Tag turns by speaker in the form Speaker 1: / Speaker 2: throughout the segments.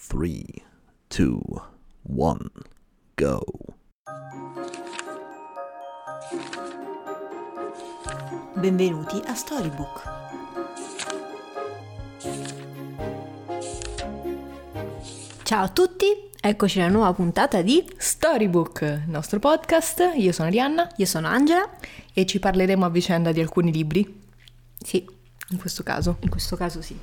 Speaker 1: Three, two, one, go.
Speaker 2: Benvenuti a Storybook.
Speaker 3: Ciao a tutti, eccoci alla nuova puntata di
Speaker 4: Storybook, il nostro podcast. Io sono Arianna
Speaker 3: Io sono Angela.
Speaker 4: e ci parleremo a vicenda di alcuni libri,
Speaker 3: Sì,
Speaker 4: in questo caso,
Speaker 3: in questo caso sì.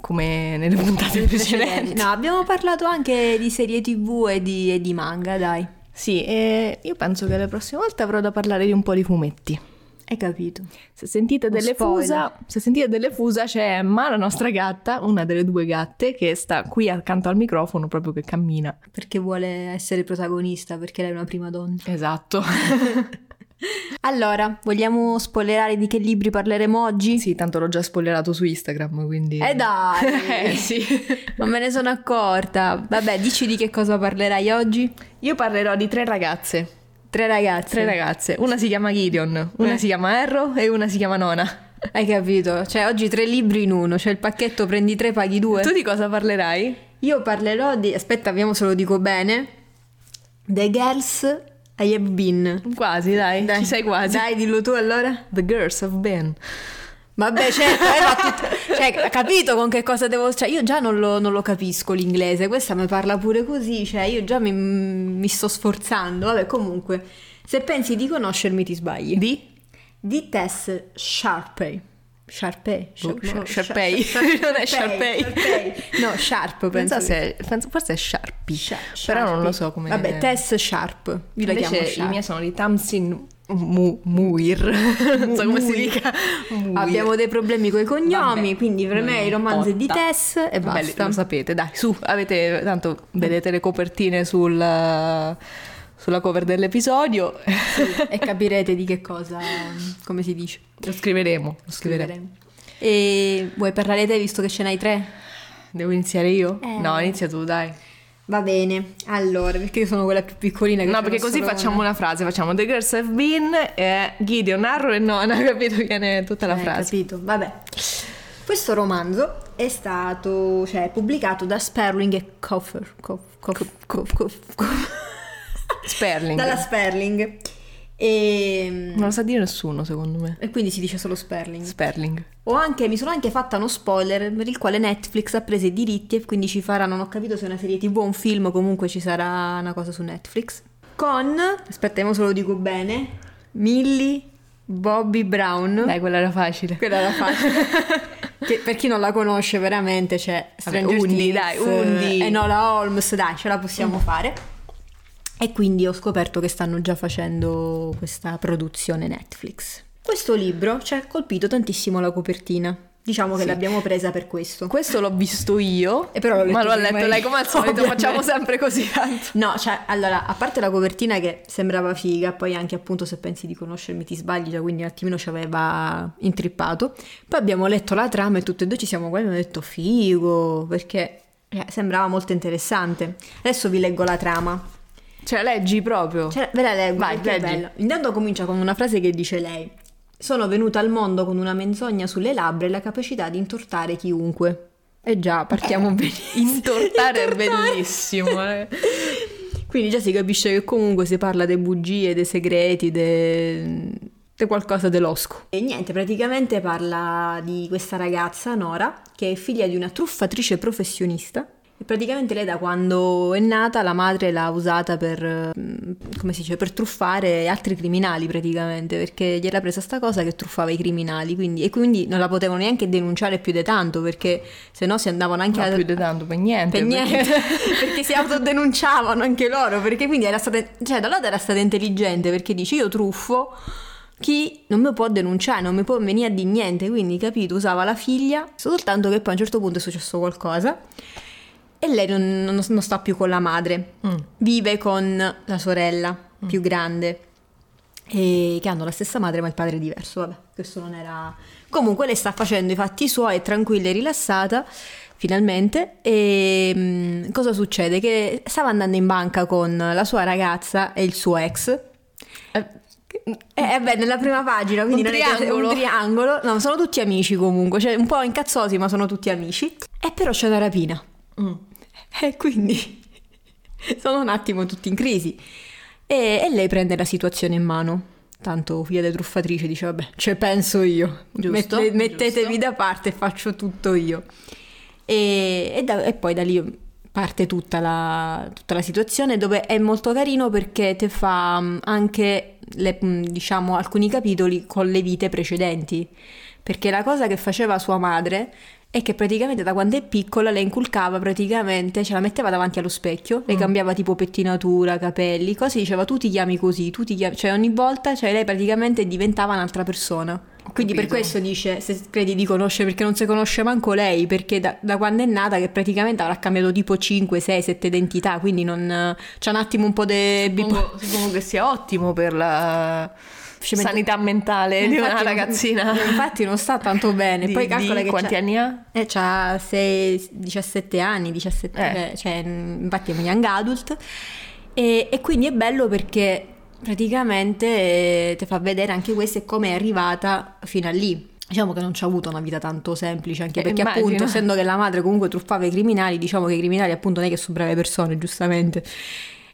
Speaker 4: come nelle puntate precedenti.
Speaker 3: No, abbiamo parlato anche di serie TV e di, e di manga, dai.
Speaker 4: Sì, e io penso che la prossima volta avrò da parlare di un po' di fumetti.
Speaker 3: Hai capito?
Speaker 4: Se sentite,
Speaker 3: Un
Speaker 4: delle
Speaker 3: spoiler.
Speaker 4: fusa, se sentite delle fusa c'è Emma, la nostra gatta, una delle due gatte, che sta qui accanto al microfono proprio che cammina.
Speaker 3: Perché vuole essere protagonista, perché lei è una prima donna.
Speaker 4: Esatto.
Speaker 3: Allora, vogliamo spoilerare di che libri parleremo oggi?
Speaker 4: sì, tanto l'ho già spoilerato su Instagram, quindi...
Speaker 3: Eh dai!
Speaker 4: Eh, sì.
Speaker 3: Non me ne sono accorta. Vabbè, dici di che cosa parlerai oggi?
Speaker 4: Io parlerò di tre ragazze.
Speaker 3: Tre ragazze.
Speaker 4: Tre ragazze, una si chiama Gideon, una
Speaker 3: Eh.
Speaker 4: si chiama Erro e una si chiama Nona.
Speaker 3: Hai capito? Cioè, oggi tre libri in uno. Cioè, il pacchetto prendi tre, paghi due.
Speaker 4: Tu di cosa parlerai?
Speaker 3: Io parlerò di. Aspetta, vediamo se lo dico bene. The Girls I Have Been.
Speaker 4: Quasi, dai,
Speaker 3: Dai.
Speaker 4: ci sei quasi.
Speaker 3: Dai, dillo tu allora.
Speaker 4: The Girls of Ben.
Speaker 3: Vabbè, certo, eh, ma tut- cioè, ha capito con che cosa devo. Cioè, io già non lo, non lo capisco l'inglese, questa mi parla pure così, cioè, io già mi, mi sto sforzando. Vabbè, comunque, se pensi di conoscermi, ti sbagli.
Speaker 4: Di?
Speaker 3: Di Tess Sharpey. Sharpey?
Speaker 4: Boh,
Speaker 3: Sharp- no,
Speaker 4: Sha- Sharpey.
Speaker 3: Sharp-
Speaker 4: Non è
Speaker 3: Sharpey,
Speaker 4: Sharpey.
Speaker 3: Sharpey. No, Sharp penso.
Speaker 4: Non so
Speaker 3: che-
Speaker 4: se penso- forse è Sharpie,
Speaker 3: Sha-
Speaker 4: però non
Speaker 3: Sharpie.
Speaker 4: lo so come
Speaker 3: Vabbè, Tess Sharp. Io la
Speaker 4: Invece
Speaker 3: chiamo
Speaker 4: i
Speaker 3: Sharp.
Speaker 4: miei sono di Tamsin Mu- Muir. non so come si
Speaker 3: Muir.
Speaker 4: dica. Muir.
Speaker 3: Abbiamo dei problemi con i cognomi,
Speaker 4: Vabbè,
Speaker 3: quindi per me
Speaker 4: non
Speaker 3: i romanzi di
Speaker 4: importa.
Speaker 3: Tess e
Speaker 4: Vabbè,
Speaker 3: basta.
Speaker 4: Lo sapete, dai, su, avete tanto vedete le copertine sul- sulla cover dell'episodio.
Speaker 3: e capirete di che cosa, come si dice.
Speaker 4: Lo scriveremo, lo scriveremo.
Speaker 3: Scriveremo. E vuoi parlare te visto che ce n'hai tre?
Speaker 4: Devo iniziare io?
Speaker 3: Eh.
Speaker 4: No, inizia tu, dai.
Speaker 3: Va bene, allora, perché io sono quella più piccolina che
Speaker 4: No,
Speaker 3: ce
Speaker 4: perché
Speaker 3: n'ho
Speaker 4: così
Speaker 3: solo
Speaker 4: facciamo
Speaker 3: una.
Speaker 4: una frase, facciamo The Girls Have Been, eh, Gideon, Arrow e Nona, capito? Viene tutta la
Speaker 3: Eh,
Speaker 4: frase.
Speaker 3: capito, vabbè. Questo romanzo è stato, cioè, è pubblicato da Sperling e Coffer. Cof- Cof- Cof- Cof- Cof-
Speaker 4: Sperling.
Speaker 3: Dalla Sperling. E,
Speaker 4: Non lo sa dire nessuno, secondo me.
Speaker 3: e quindi si dice solo Sperling.
Speaker 4: Sperling.
Speaker 3: Ho anche, mi sono anche fatta uno spoiler per il quale Netflix ha preso i diritti e quindi ci farà, non ho capito se è una serie tv o un film, comunque ci sarà una cosa su Netflix. Con, aspettiamo se lo dico bene, Millie Bobby Brown.
Speaker 4: Dai, quella era facile.
Speaker 3: Quella era facile. che per chi non la conosce veramente c'è
Speaker 4: Vabbè,
Speaker 3: Stranger
Speaker 4: undi,
Speaker 3: Things,
Speaker 4: dai, undi. Mm.
Speaker 3: E Nola Holmes, dai, ce la possiamo fare. E quindi ho scoperto che stanno già facendo questa produzione Netflix. Questo libro ci ha colpito tantissimo la copertina. Diciamo che
Speaker 4: Sì.
Speaker 3: l'abbiamo presa per questo.
Speaker 4: Questo l'ho visto io,
Speaker 3: E però l'ho
Speaker 4: ma
Speaker 3: letto
Speaker 4: l'ho
Speaker 3: prima
Speaker 4: letto
Speaker 3: io.
Speaker 4: lei come al solito,
Speaker 3: Ovviamente.
Speaker 4: facciamo sempre così tanto.
Speaker 3: No, cioè, allora, a parte la copertina che sembrava figa, poi anche appunto se pensi di conoscermi ti sbagli, cioè, quindi un attimino ci aveva intrippato. Poi abbiamo letto la trama e tutte e due ci siamo guardati e abbiamo detto figo, perché eh, sembrava molto interessante. Adesso vi leggo la trama.
Speaker 4: Cioè, leggi proprio.
Speaker 3: Cioè, ve la leggo,
Speaker 4: Vai,
Speaker 3: perché è
Speaker 4: leggi.
Speaker 3: bello. Intanto comincia con una frase che dice lei. Sono venuta al mondo con una menzogna sulle labbra e la capacità di intortare chiunque. E Eh già, partiamo benissimo.
Speaker 4: Intortare è
Speaker 3: Intortare.
Speaker 4: bellissimo. eh.
Speaker 3: Quindi già si capisce che comunque si parla dei bugie, dei segreti, dei de qualcosa dell'osco. E niente, praticamente parla di questa ragazza, Nora, che è figlia di una truffatrice professionista. E praticamente lei da quando è nata la madre l'ha usata per, eh, come si dice, per truffare altri criminali praticamente, perché gli era presa sta cosa che truffava i criminali, quindi, e quindi non la potevano neanche denunciare più di tanto, perché se no si andavano anche
Speaker 4: No,
Speaker 3: a
Speaker 4: più di tanto, per niente.
Speaker 3: Cioè, per niente,
Speaker 4: perché-
Speaker 3: perché... si autodenunciavano anche loro, perché quindi era stata, cioè da un lato era stata intelligente perché dice io truffo chi non mi può denunciare, non mi può venire a di niente, quindi capito, usava la figlia, soltanto che poi a un certo punto è successo qualcosa e lei non, non- non sta più con la madre,
Speaker 4: Mm.
Speaker 3: vive con la sorella più grande. E che hanno la stessa madre ma il padre è diverso, vabbè, questo non era... Comunque lei sta facendo i fatti suoi, è tranquilla e rilassata, finalmente, e mm, cosa succede? Che stava andando in banca con la sua ragazza e il suo ex,
Speaker 4: Eh, che-
Speaker 3: eh, eh beh, nella prima pagina, quindi
Speaker 4: Un
Speaker 3: non è che-
Speaker 4: triangolo.
Speaker 3: un triangolo. No, sono tutti amici comunque, cioè un po' incazzosi, ma sono tutti amici. E però c'è una rapina.
Speaker 4: Mm.
Speaker 3: E quindi sono un attimo tutti in crisi. E, e lei prende la situazione in mano. Tanto figlia di truffatrice dice, vabbè, ce penso io.
Speaker 4: Giusto,
Speaker 3: Mette- mettetevi
Speaker 4: giusto.
Speaker 3: da parte, faccio tutto io. E, e da- e poi da lì parte tutta la, tutta la situazione dove è molto carino perché te fa mh, anche, le- mh, diciamo, alcuni capitoli con le vite precedenti. Perché la cosa che faceva sua madre è che praticamente da quando è piccola le inculcava praticamente, ce la metteva davanti allo specchio, le
Speaker 4: Mm.
Speaker 3: cambiava tipo pettinatura, capelli, cose, diceva tu ti chiami così, tu ti chiami, cioè ogni volta cioè lei praticamente diventava un'altra persona. Quindi per
Speaker 4: capito.
Speaker 3: questo dice, se credi di conoscere, perché non si conosce manco lei, perché da, da quando è nata che praticamente avrà cambiato tipo 5, 6, 7 identità, quindi non... c'è un attimo un po' di...
Speaker 4: Suppongo, suppongo che sia ottimo per la
Speaker 3: Ci mette-
Speaker 4: sanità mentale di una
Speaker 3: Infatti non-
Speaker 4: ragazzina.
Speaker 3: Infatti non sta tanto bene.
Speaker 4: Di-
Speaker 3: Poi calcola
Speaker 4: di
Speaker 3: che
Speaker 4: quanti
Speaker 3: c'ha-
Speaker 4: anni ha?
Speaker 3: Eh, c'ha sei- 17 anni, 17,
Speaker 4: Eh.
Speaker 3: cioè, cioè, mh, infatti è un young adult. E, e quindi è bello perché praticamente eh, ti fa vedere anche questo e come è arrivata fino a lì. Diciamo che non ci ha avuto una vita tanto semplice, anche
Speaker 4: Eh,
Speaker 3: perché appunto,
Speaker 4: immagino.
Speaker 3: essendo che la madre comunque truffava i criminali, diciamo che i criminali appunto non è che sono brave persone, giustamente.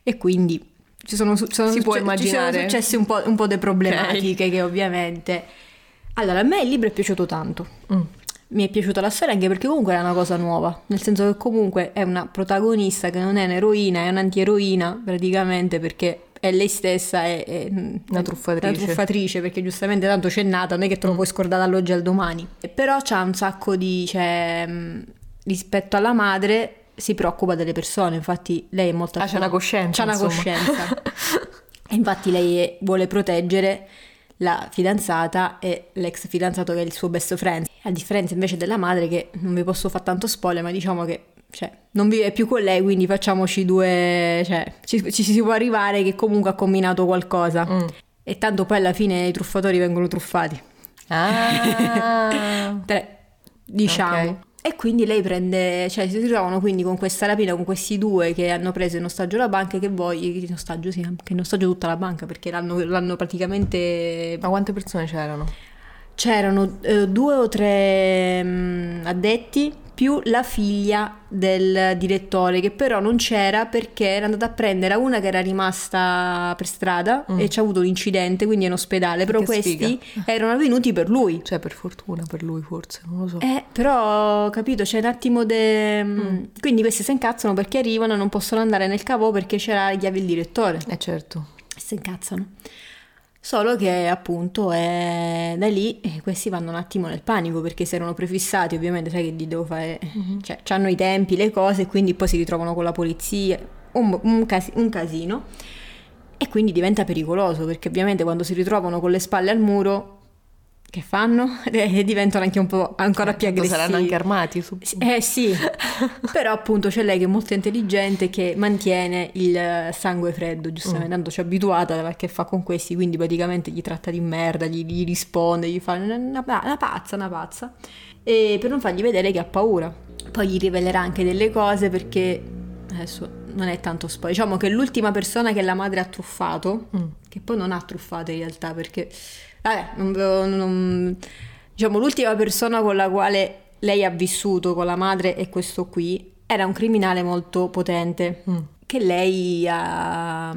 Speaker 3: E quindi ci sono, su- sono
Speaker 4: Si può
Speaker 3: succe- ci sono
Speaker 4: immaginare.
Speaker 3: successe un po', un po' di problematiche che ovviamente... Allora, a me il libro è piaciuto tanto.
Speaker 4: Mm.
Speaker 3: Mi è piaciuta la storia anche perché comunque era una cosa nuova, nel senso che comunque è una protagonista che non è un'eroina, è un'antieroina praticamente perché è lei stessa, è, è-
Speaker 4: Una truffatrice. Mm.
Speaker 3: una truffatrice, perché giustamente tanto c'è nata, non è che te lo puoi scordare dall'oggi al domani. E Però c'ha un sacco di... Cioè, mh, rispetto alla madre si preoccupa delle persone, infatti lei è molto...
Speaker 4: Ah, c'è una coscienza,
Speaker 3: C'ha una
Speaker 4: insomma.
Speaker 3: coscienza. E infatti lei è- vuole proteggere la fidanzata e l'ex fidanzato che è il suo best friend. A differenza invece della madre che non vi posso fare tanto spoiler, ma diciamo che cioè, non vive più con lei, quindi facciamoci due... Cioè, ci, ci si può arrivare che comunque ha combinato qualcosa.
Speaker 4: Mm.
Speaker 3: E tanto poi alla fine i truffatori vengono truffati.
Speaker 4: Ah.
Speaker 3: Tre, diciamo.
Speaker 4: Ok.
Speaker 3: E quindi lei prende, cioè si trovano quindi con questa rapina, con questi due che hanno preso in ostaggio la banca e che vogliono, in ostaggio sì, che in ostaggio tutta la banca perché l'hanno, l'hanno praticamente...
Speaker 4: Ma quante persone c'erano?
Speaker 3: C'erano eh, due o tre mm, addetti più la figlia del direttore che però non c'era perché era andata a prendere una che era rimasta per strada
Speaker 4: Mm.
Speaker 3: e c'è avuto un incidente quindi è in ospedale, però
Speaker 4: Che
Speaker 3: questi erano venuti per lui.
Speaker 4: Cioè, per fortuna per lui, forse, non lo so.
Speaker 3: Eh, però, capito, c'è un attimo de... mm, Quindi questi si incazzano perché arrivano e non possono andare nel cavo perché c'era la chiave il direttore.
Speaker 4: Eh, certo.
Speaker 3: Si incazzano. Solo che appunto è... da lì eh, questi vanno un attimo nel panico perché si erano prefissati, ovviamente, sai che gli devo fare...
Speaker 4: Mhm.
Speaker 3: Cioè, hanno i tempi, le cose, quindi poi si ritrovano con la polizia, un, un casi- un casino. E quindi diventa pericoloso perché ovviamente quando si ritrovano con le spalle al muro, che fanno? Eh, diventano anche un po' ancora più
Speaker 4: Tanto
Speaker 3: aggressivi.
Speaker 4: Certo, Saranno anche armati, su.
Speaker 3: Eh sì, però appunto c'è lei che è molto intelligente che mantiene il sangue freddo, giustamente, tanto ci è abituata a che fa con questi, quindi praticamente gli tratta di merda, gli, gli risponde, gli fa una, una- una pazza, una pazza, e per non fargli vedere che ha paura. Poi gli rivelerà anche delle cose perché adesso non è tanto spoiler, diciamo che l'ultima persona che la madre ha truffato,
Speaker 4: Mm.
Speaker 3: che poi non ha truffato in realtà perché vabbè non, non- diciamo l'ultima persona con la quale lei ha vissuto con la madre e questo qui era un criminale molto potente
Speaker 4: Mm.
Speaker 3: che lei ha,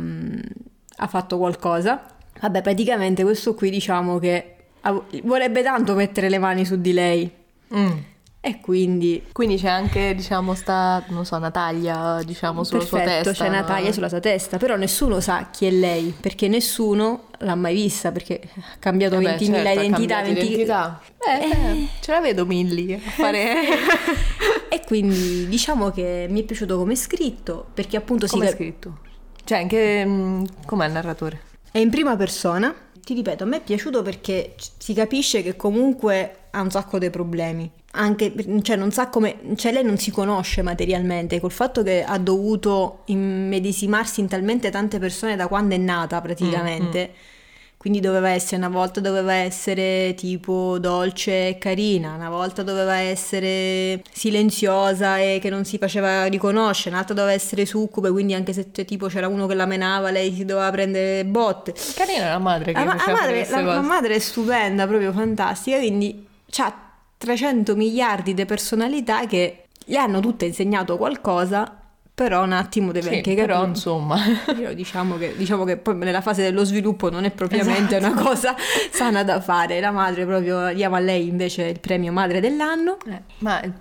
Speaker 3: ha fatto qualcosa vabbè praticamente questo qui diciamo che ha- vorrebbe tanto mettere le mani su di lei
Speaker 4: Mm.
Speaker 3: e quindi
Speaker 4: Quindi c'è anche, diciamo, sta, non so, una taglia, diciamo, sulla sua
Speaker 3: Perfetto,
Speaker 4: testa.
Speaker 3: c'è una
Speaker 4: no?
Speaker 3: taglia sulla sua testa, però nessuno sa chi è lei, perché nessuno l'ha mai vista, perché ha cambiato
Speaker 4: Vabbè,
Speaker 3: 20.000
Speaker 4: certo, ha
Speaker 3: identità,
Speaker 4: cambiato
Speaker 3: 20
Speaker 4: identità. Eh, eh, ce la vedo Milly a fare...
Speaker 3: E quindi diciamo che mi è piaciuto come è scritto, perché appunto si
Speaker 4: Come è
Speaker 3: cap-
Speaker 4: scritto? Cioè, anche... mh, Com'è il narratore?
Speaker 3: è in prima persona. Ti ripeto, a me è piaciuto perché c- si capisce che comunque ha un sacco dei problemi. Anche, per- cioè, non sa come, cioè, lei non si conosce materialmente col fatto che ha dovuto immedesimarsi in talmente tante persone da quando è
Speaker 4: Mm,
Speaker 3: nata praticamente. Quindi doveva essere una volta doveva essere tipo dolce e carina, una volta doveva essere silenziosa e che non si faceva riconoscere, un'altra doveva essere succube, quindi anche se c'è tipo c'era uno che la menava, lei si doveva prendere botte.
Speaker 4: Carina la Ah, madre Cioè, che
Speaker 3: La, ma- la
Speaker 4: faceva fare
Speaker 3: madre,
Speaker 4: queste
Speaker 3: la- la
Speaker 4: cose.
Speaker 3: madre è stupenda, proprio fantastica, quindi ha 300 miliardi di personalità che le hanno tutte insegnato qualcosa Però un attimo deve
Speaker 4: Sì,
Speaker 3: anche
Speaker 4: però
Speaker 3: capire.
Speaker 4: insomma.
Speaker 3: Io diciamo che, diciamo che poi nella fase dello sviluppo non è propriamente una cosa sana da fare. La madre proprio diamo a lei invece il premio madre dell'anno.
Speaker 4: Eh, ma il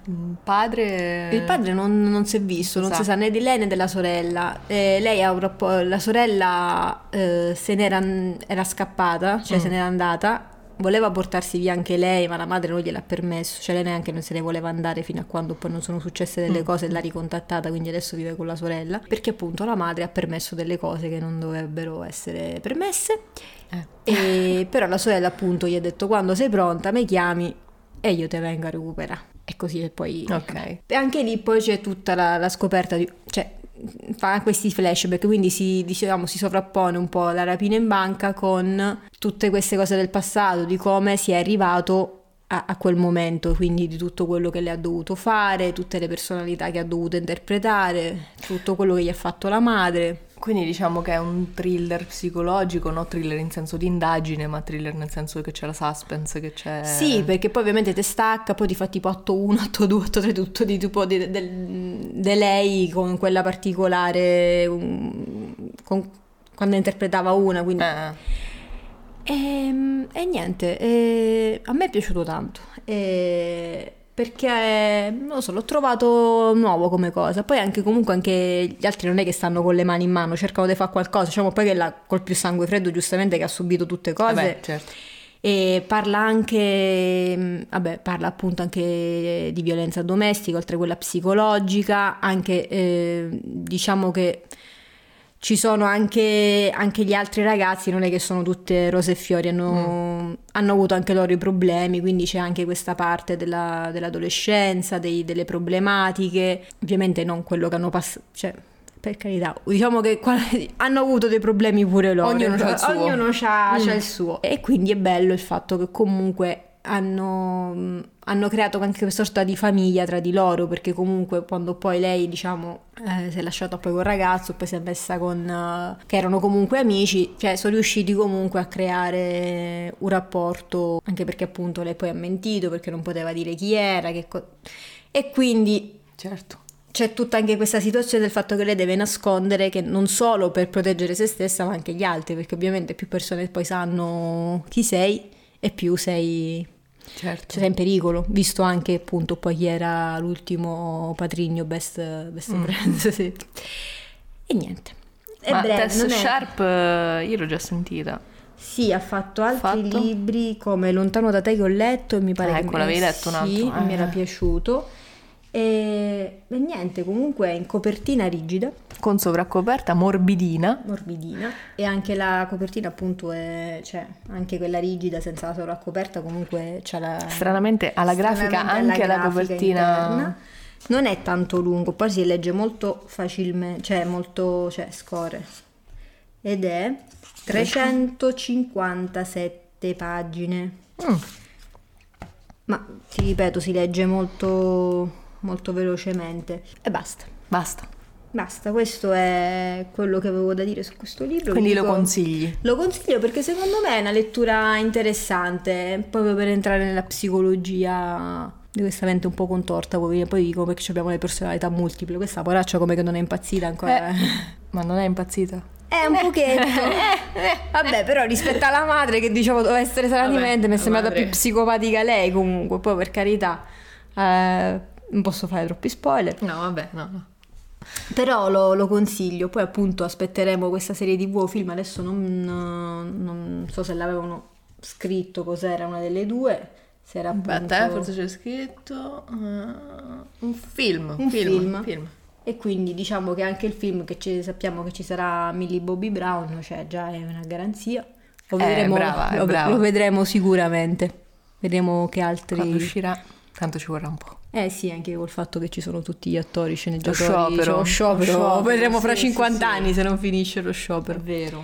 Speaker 4: padre...
Speaker 3: Il padre non, non si è visto, non
Speaker 4: Sa.
Speaker 3: si sa né di lei né della sorella. Eh, lei ha un rappo- la sorella eh, se n'era era scappata, cioè se n'era andata. Voleva portarsi via anche lei, ma la madre non gliel'ha permesso, cioè lei neanche non se ne voleva andare fino a quando poi non sono successe delle cose e l'ha ricontattata, quindi adesso vive con la sorella, perché appunto la madre ha permesso delle cose che non dovrebbero essere permesse.
Speaker 4: Eh.
Speaker 3: E- però la sorella appunto gli ha detto quando sei pronta mi chiami e io te vengo a recuperare. E così e poi
Speaker 4: Ok.
Speaker 3: e anche lì poi c'è tutta la, la scoperta di... cioè fa questi flashback, quindi si, diciamo, si sovrappone un po' la rapina in banca con tutte queste cose del passato, di come si è arrivato a, a quel momento, quindi di tutto quello che le ha dovuto fare, tutte le personalità che ha dovuto interpretare, tutto quello che gli ha fatto la madre.
Speaker 4: Quindi diciamo che è un thriller psicologico, no thriller in senso di indagine, ma thriller nel senso che c'è la suspense, che c'è...
Speaker 3: Sì, perché poi ovviamente te stacca, poi ti fa tipo 8-1, 8-2, 8-3, tutto di tipo di, del- de lei con quella particolare, um, con- quando interpretava una, quindi...
Speaker 4: Eh.
Speaker 3: Ehm, E, niente, e a me è piaciuto tanto, e perché, non lo so, l'ho trovato nuovo come cosa, poi anche comunque anche gli altri non è che stanno con le mani in mano, cercano di fare qualcosa, diciamo poi che la, col più sangue freddo giustamente che ha subito tutte cose
Speaker 4: Vabbè, certo.
Speaker 3: e parla anche, mh, vabbè, parla appunto anche di violenza domestica, oltre a quella psicologica, anche eh, diciamo che ci sono anche, anche gli altri ragazzi, non è che sono tutte rose e fiori, hanno,
Speaker 4: Mm.
Speaker 3: hanno avuto anche loro i problemi, quindi c'è anche questa parte della- dell'adolescenza, dei- delle problematiche, ovviamente non quello che hanno passato, cioè per carità, diciamo che qua- hanno avuto dei problemi pure loro.
Speaker 4: Ognuno c'ha il suo.
Speaker 3: Ognuno c'ha,
Speaker 4: Mm.
Speaker 3: c'ha il suo. E quindi è bello il fatto che comunque hanno, mm, hanno creato anche una sorta di famiglia tra di loro, perché comunque quando poi lei, diciamo, eh, si è lasciata poi col ragazzo, poi si è messa con... eh, che erano comunque amici, cioè sono riusciti comunque a creare un rapporto, anche perché appunto lei poi ha mentito, perché non poteva dire chi era, che co- e quindi
Speaker 4: Certo.
Speaker 3: c'è tutta anche questa situazione del fatto che lei deve nascondere che non solo per proteggere se stessa ma anche gli altri perché ovviamente più persone poi sanno chi sei e più sei,
Speaker 4: Certo.
Speaker 3: cioè, sei in pericolo visto anche appunto poi chi era l'ultimo patrigno best, best friend sì. e niente è
Speaker 4: Mm. ma
Speaker 3: breve,
Speaker 4: Tess
Speaker 3: non è-
Speaker 4: Sharp eh, io l'ho già sentita.
Speaker 3: sì, ha fatto altri
Speaker 4: Fatto.
Speaker 3: libri come Lontano da te che ho letto e mi pare
Speaker 4: Ah,
Speaker 3: che
Speaker 4: ecco,
Speaker 3: mi-
Speaker 4: l'avevi letto un
Speaker 3: sì,
Speaker 4: altro, eh.
Speaker 3: mi era piaciuto. E, e niente, comunque è in copertina rigida,
Speaker 4: Con sovraccoperta morbidina.
Speaker 3: morbidina, e anche la copertina appunto è, cioè, anche quella rigida senza la sovraccoperta comunque c'ha la...
Speaker 4: Stranamente alla grafica
Speaker 3: stranamente alla
Speaker 4: anche la
Speaker 3: grafica
Speaker 4: copertina.
Speaker 3: interna. Non è tanto lungo, poi si legge molto facilmente, cioè molto, cioè score. Ed è 357 pagine.
Speaker 4: Mm,
Speaker 3: Ma ti ripeto, si legge molto, molto velocemente. E basta.
Speaker 4: basta.
Speaker 3: Basta, questo è quello che avevo da dire su questo libro.
Speaker 4: Quindi
Speaker 3: Vi
Speaker 4: lo
Speaker 3: dico-
Speaker 4: consigli.
Speaker 3: Lo consiglio perché secondo me è una lettura interessante, proprio per entrare nella psicologia di questa mente un po' contorta, poi poi dico perché abbiamo le personalità multiple, questa poraccia come che non è impazzita ancora.
Speaker 4: Eh, Ma non è impazzita?
Speaker 3: È un pochetto. Vabbè, però rispetto alla madre che dicevo doveva essere sana di
Speaker 4: Vabbè,
Speaker 3: mente, mi è
Speaker 4: la
Speaker 3: sembrata
Speaker 4: madre.
Speaker 3: più psicopatica lei comunque, poi per carità. eh, non posso fare troppi spoiler.
Speaker 4: No, vabbè, no, no.
Speaker 3: Però lo, lo consiglio. Poi, appunto, aspetteremo questa serie TV o film. Adesso non, eh, non so se l'avevano scritto, cos'era una delle due. Se era appunto
Speaker 4: Aspetta, eh, forse c'è scritto eh, un film,
Speaker 3: un film.
Speaker 4: film.
Speaker 3: E quindi diciamo che anche il film che ci- sappiamo che ci sarà Millie Bobby Brown, cioè già è una garanzia. Lo
Speaker 4: Eh,
Speaker 3: vedremo,
Speaker 4: brava, eh,
Speaker 3: lo-
Speaker 4: brava.
Speaker 3: lo vedremo sicuramente. Vedremo che altri.
Speaker 4: Quando uscirà, tanto ci vorrà un po'.
Speaker 3: Eh sì, anche col fatto che ci sono tutti gli attori, sceneggiatori.
Speaker 4: sciopero.
Speaker 3: cioè, lo sciopero.
Speaker 4: Lo sciopero,
Speaker 3: Vedremo fra
Speaker 4: sì, sì,
Speaker 3: 50
Speaker 4: sì.
Speaker 3: anni se non finisce lo sciopero.
Speaker 4: vero.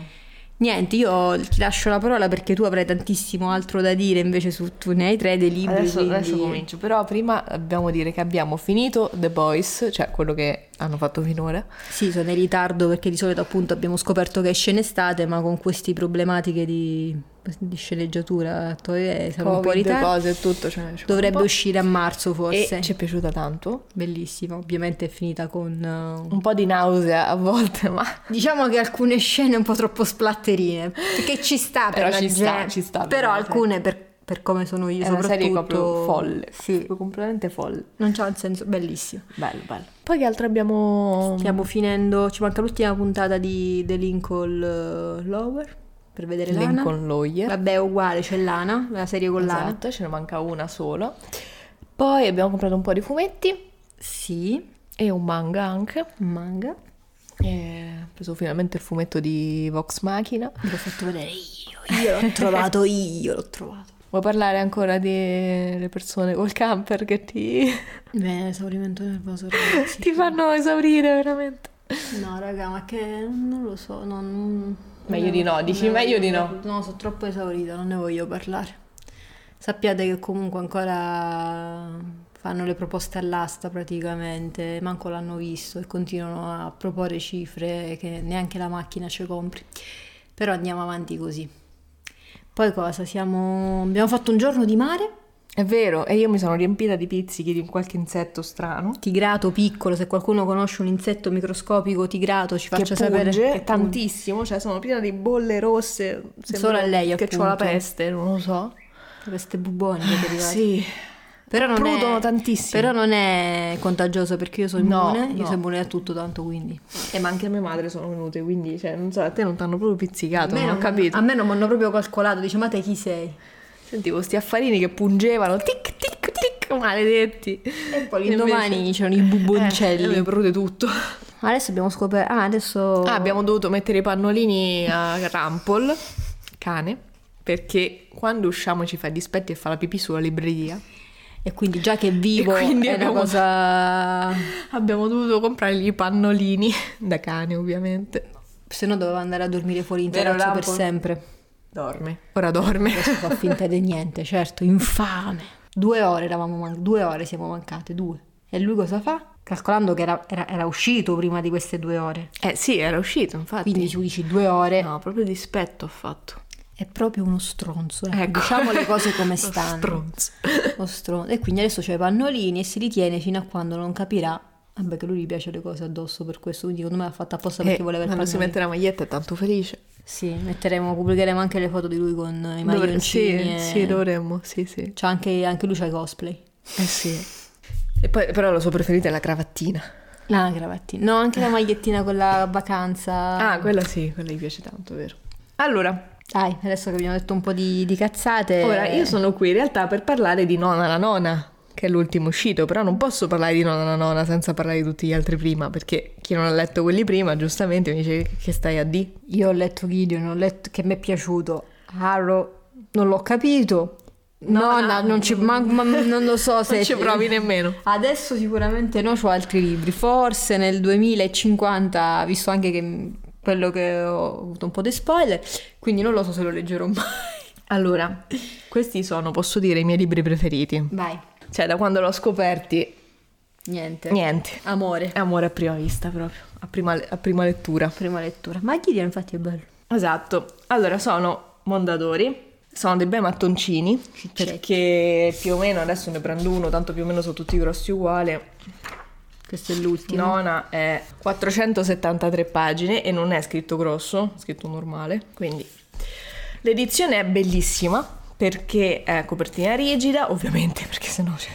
Speaker 3: Niente, io ti lascio la parola perché tu avrai tantissimo altro da dire, invece su tu ne hai tre dei libri.
Speaker 4: Adesso,
Speaker 3: quindi-
Speaker 4: adesso comincio, però prima dobbiamo dire che abbiamo finito The Boys, cioè quello che hanno fatto finora.
Speaker 3: Sì, sono in ritardo perché di solito appunto abbiamo scoperto che esce in estate, ma con queste problematiche di, di sceneggiatura eh, siamo un po' in
Speaker 4: Covid,
Speaker 3: ritardo.
Speaker 4: cose e tutto. Cioè, ci vuole un
Speaker 3: Dovrebbe
Speaker 4: po'.
Speaker 3: uscire a marzo forse.
Speaker 4: E ci è piaciuta tanto.
Speaker 3: Bellissimo, ovviamente è finita con... eh,
Speaker 4: Un po' di nausea a volte, ma
Speaker 3: Diciamo che alcune scene un po' troppo splatterine, che ci sta per
Speaker 4: Però
Speaker 3: la
Speaker 4: ci sta,
Speaker 3: gente,
Speaker 4: ci sta per
Speaker 3: Però
Speaker 4: la
Speaker 3: alcune per, per come sono io
Speaker 4: è una
Speaker 3: soprattutto...
Speaker 4: serie proprio folle.
Speaker 3: Sì,
Speaker 4: Proprio completamente folle.
Speaker 3: non c'ha un senso, bellissimo.
Speaker 4: Bello, bello. Poi che altro abbiamo...
Speaker 3: Stiamo finendo, ci manca l'ultima puntata di The Lincoln eh, Lover per vedere Lana.
Speaker 4: Lincoln Lawyer.
Speaker 3: Vabbè, è uguale, c'è Lana, la serie con Lana.
Speaker 4: Esatto, ce ne manca una sola. Poi abbiamo comprato un po' di fumetti
Speaker 3: Sì,
Speaker 4: e un manga anche.
Speaker 3: un manga.
Speaker 4: E ho preso finalmente il fumetto di Vox Machina.
Speaker 3: L'ho fatto vedere io, io l'ho trovato io, l'ho trovato.
Speaker 4: Vuoi parlare ancora delle persone col camper che ti,
Speaker 3: Beh, esaurimento nervoso.
Speaker 4: ti fanno esaurire veramente?
Speaker 3: No, raga, ma che non lo so, no, non...
Speaker 4: Meglio di no, dici meglio di no.
Speaker 3: No, sono troppo esaurita, non ne voglio parlare. Sappiate che comunque ancora fanno le proposte all'asta praticamente, manco l'hanno visto e continuano a proporre cifre che neanche la macchina ci compri. Però andiamo avanti così. Poi cosa? Siamo... Abbiamo fatto un giorno di mare,
Speaker 4: È vero, e io mi sono riempita di pizzichi di qualche insetto strano.
Speaker 3: tigrato piccolo, se qualcuno conosce un insetto microscopico tigrato ci faccia
Speaker 4: che
Speaker 3: sapere.
Speaker 4: punge
Speaker 3: che punge.
Speaker 4: tantissimo, cioè sono piena di bolle rosse.
Speaker 3: Solo a lei,
Speaker 4: Che
Speaker 3: appunto.
Speaker 4: ho la peste, non lo so.
Speaker 3: Queste bubone che ti arrivano.
Speaker 4: Ah, Sì,
Speaker 3: Però non
Speaker 4: prudono
Speaker 3: è,
Speaker 4: tantissimo.
Speaker 3: Però non è contagioso perché io sono
Speaker 4: No,
Speaker 3: immune, io
Speaker 4: no.
Speaker 3: sono immune a tutto tanto quindi.
Speaker 4: E Eh, ma anche a mia madre sono venute, quindi cioè, non so, a te non ti hanno proprio pizzicato, non ho capito.
Speaker 3: A me non mi hanno proprio calcolato, dice ma te chi sei?
Speaker 4: Sentivo sti affarini che pungevano, tic tic tic, maledetti. E
Speaker 3: poi Eh, l'indomani c'erano i buboncelli.
Speaker 4: mi è prude tutto.
Speaker 3: Adesso abbiamo scoperto... Ah, adesso...
Speaker 4: Ah, abbiamo dovuto mettere i pannolini a Rampol, cane, perché quando usciamo ci fa i dispetti e fa la pipì sulla libreria.
Speaker 3: E quindi già che vivo
Speaker 4: E quindi
Speaker 3: è
Speaker 4: abbiamo-
Speaker 3: una cosa...
Speaker 4: Abbiamo dovuto comprargli i pannolini da cane, ovviamente.
Speaker 3: Se no dovevo andare a dormire fuori in
Speaker 4: Vero,
Speaker 3: terrazzo per
Speaker 4: Rambo?
Speaker 3: sempre.
Speaker 4: Dorme. Ora dorme.
Speaker 3: Adesso fa finta di niente, certo, infame. Due ore eravamo man- due ore siamo mancate, due. E lui cosa fa? Calcolando che era- era- era uscito prima di queste due ore.
Speaker 4: Eh sì, era uscito, infatti.
Speaker 3: Quindi tu dici due ore.
Speaker 4: No, proprio dispetto ho fatto.
Speaker 3: È proprio uno stronzo. ecco,
Speaker 4: Ecco.
Speaker 3: Diciamo le cose come
Speaker 4: Lo
Speaker 3: stanno.
Speaker 4: Stronzo.
Speaker 3: Lo stronzo. E quindi adesso c'è i pannolini e si ritiene fino a quando non capirà. Vabbè, che lui gli piace le cose addosso per questo. Quindi secondo me l'ha fatta apposta perché
Speaker 4: Eh,
Speaker 3: voleva il
Speaker 4: quando si
Speaker 3: pannolino.
Speaker 4: mette la maglietta è tanto felice.
Speaker 3: Sì, metteremo, pubblicheremo anche le foto di lui con i
Speaker 4: Dovre-
Speaker 3: maglioncini.
Speaker 4: sì,
Speaker 3: e-
Speaker 4: sì, dovremmo, sì, sì.
Speaker 3: C'ha anche, anche lui c'ha i cosplay.
Speaker 4: Eh sì. E poi, però la sua preferita è la cravattina.
Speaker 3: La cravattina. No, anche la magliettina con la vacanza.
Speaker 4: Ah, quella sì, quella gli piace tanto, vero. Allora,
Speaker 3: Dai, adesso che abbiamo detto un po' di, di cazzate.
Speaker 4: ora io sono qui in realtà per parlare di Nona la Nona, che è l'ultimo uscito, però non posso parlare di Nona la Nona senza parlare di tutti gli altri prima, perché chi non ha letto quelli prima, giustamente mi dice che stai a D.
Speaker 3: Io ho letto Gideon, ho letto che mi è piaciuto. Harrow non l'ho capito. Nonna, non, ci, ma- ma- non lo so se...
Speaker 4: Non ci provi nemmeno.
Speaker 3: Adesso sicuramente no, ho altri libri. Forse nel 2050, visto anche che quello che ho avuto un po' di spoiler, quindi non lo so se lo leggerò mai.
Speaker 4: Allora, questi sono, posso dire, i miei libri preferiti.
Speaker 3: Vai,
Speaker 4: Cioè, da quando l'ho scoperti,
Speaker 3: niente.
Speaker 4: niente.
Speaker 3: Amore.
Speaker 4: È amore a prima vista proprio, a prima, a prima lettura.
Speaker 3: Prima lettura. Ma Gideon infatti è bello.
Speaker 4: Esatto. Allora, sono Mondadori, sono dei bei mattoncini,
Speaker 3: Ciccetti.
Speaker 4: perché più o meno adesso ne prendo uno, tanto più o meno sono tutti grossi uguali.
Speaker 3: Questo è l'ultimo.
Speaker 4: Nona è 473 pagine e non è scritto grosso, è scritto normale, quindi l'edizione è bellissima perché è copertina rigida, ovviamente perché sennò c'è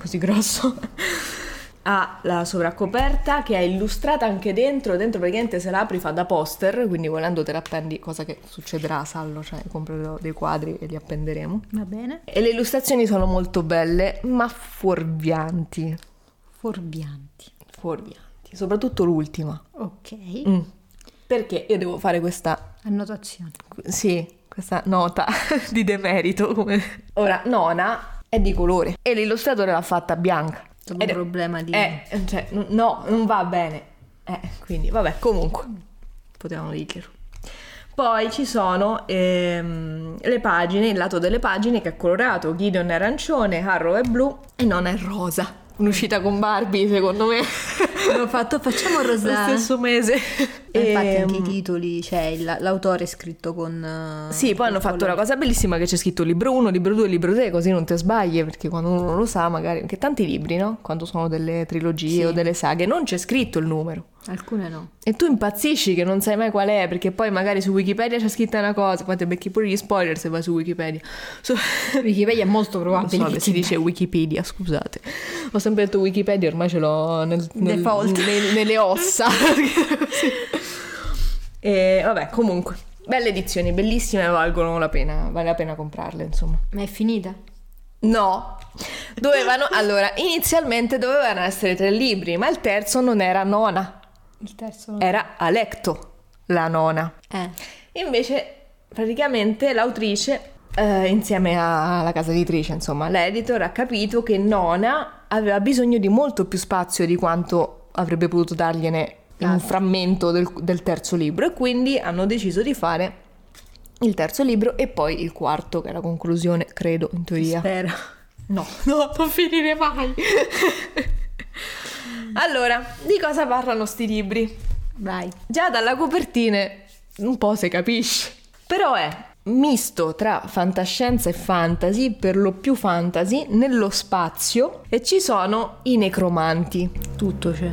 Speaker 4: così grosso. Ha la sovraccoperta che è illustrata anche dentro, dentro praticamente se la apri fa da poster, quindi volendo te la appendi, cosa che succederà, sallo, cioè comprerò dei quadri e li appenderemo.
Speaker 3: Va bene.
Speaker 4: E le illustrazioni sono molto belle, ma fuorvianti,
Speaker 3: Forbianti.
Speaker 4: fuorvianti, soprattutto l'ultima.
Speaker 3: Ok.
Speaker 4: Mm. Perché io devo fare questa,
Speaker 3: Annotazione.
Speaker 4: sì, questa nota di demerito. come- Ora, nona è di colore e l'illustratore l'ha fatta bianca.
Speaker 3: È un problema di...
Speaker 4: Eh, cioè, n- no, non va bene. Eh, quindi, vabbè, comunque, potevano dirglielo. Poi ci sono ehm, le pagine, il lato delle pagine che è colorato, Gideon è arancione, Harrow è blu e nona è rosa. un'uscita con Barbie, secondo me.
Speaker 3: Abbiamo fatto facciamo Rosana.
Speaker 4: Lo stesso mese.
Speaker 3: E Eh, infatti
Speaker 4: Ehm,
Speaker 3: anche i titoli, cioè il- l'autore è scritto con... eh,
Speaker 4: Sì, poi hanno
Speaker 3: col
Speaker 4: fatto una
Speaker 3: colore.
Speaker 4: cosa bellissima che c'è scritto libro 1, libro 2, libro 3, così non ti sbagli, perché quando uno non lo sa, magari... Perché tanti libri, no? Quando sono delle trilogie
Speaker 3: Sì.
Speaker 4: o delle saghe, non c'è scritto il numero.
Speaker 3: Alcune no.
Speaker 4: E tu impazzisci che non sai mai qual è, perché poi magari su Wikipedia c'è scritta una cosa, poi ti becchi pure gli spoiler se vai su Wikipedia. Su...
Speaker 3: Wikipedia è molto
Speaker 4: Non
Speaker 3: probabile.
Speaker 4: so se si dice Wikipedia, scusate. Ho sempre detto Wikipedia, ormai ce l'ho nel, nel-
Speaker 3: Default.
Speaker 4: nel- nelle ossa. Sì. e vabbè, comunque, belle edizioni, bellissime, valgono la pena, vale la pena comprarle, insomma.
Speaker 3: Ma è finita?
Speaker 4: No, dovevano, allora, inizialmente dovevano essere tre libri, ma il terzo non era nona,
Speaker 3: Il terzo no.
Speaker 4: era Alecto, la nona.
Speaker 3: Eh.
Speaker 4: Invece, praticamente l'autrice, eh, insieme a- alla casa editrice, insomma, l'editor, ha capito che Nona aveva bisogno di molto più spazio di quanto avrebbe potuto dargliene in un
Speaker 3: Ah.
Speaker 4: frammento del, del terzo libro e quindi hanno deciso di fare il terzo libro e poi il quarto, che è la conclusione, credo, in teoria.
Speaker 3: Spero.
Speaker 4: No, no, non finire mai. allora, di cosa parlano sti libri?
Speaker 3: Vai.
Speaker 4: Già dalla copertina un po' si capisce. Però è misto tra fantascienza e fantasy, per lo più fantasy, nello spazio e ci sono i necromanti.
Speaker 3: Tutto cioè.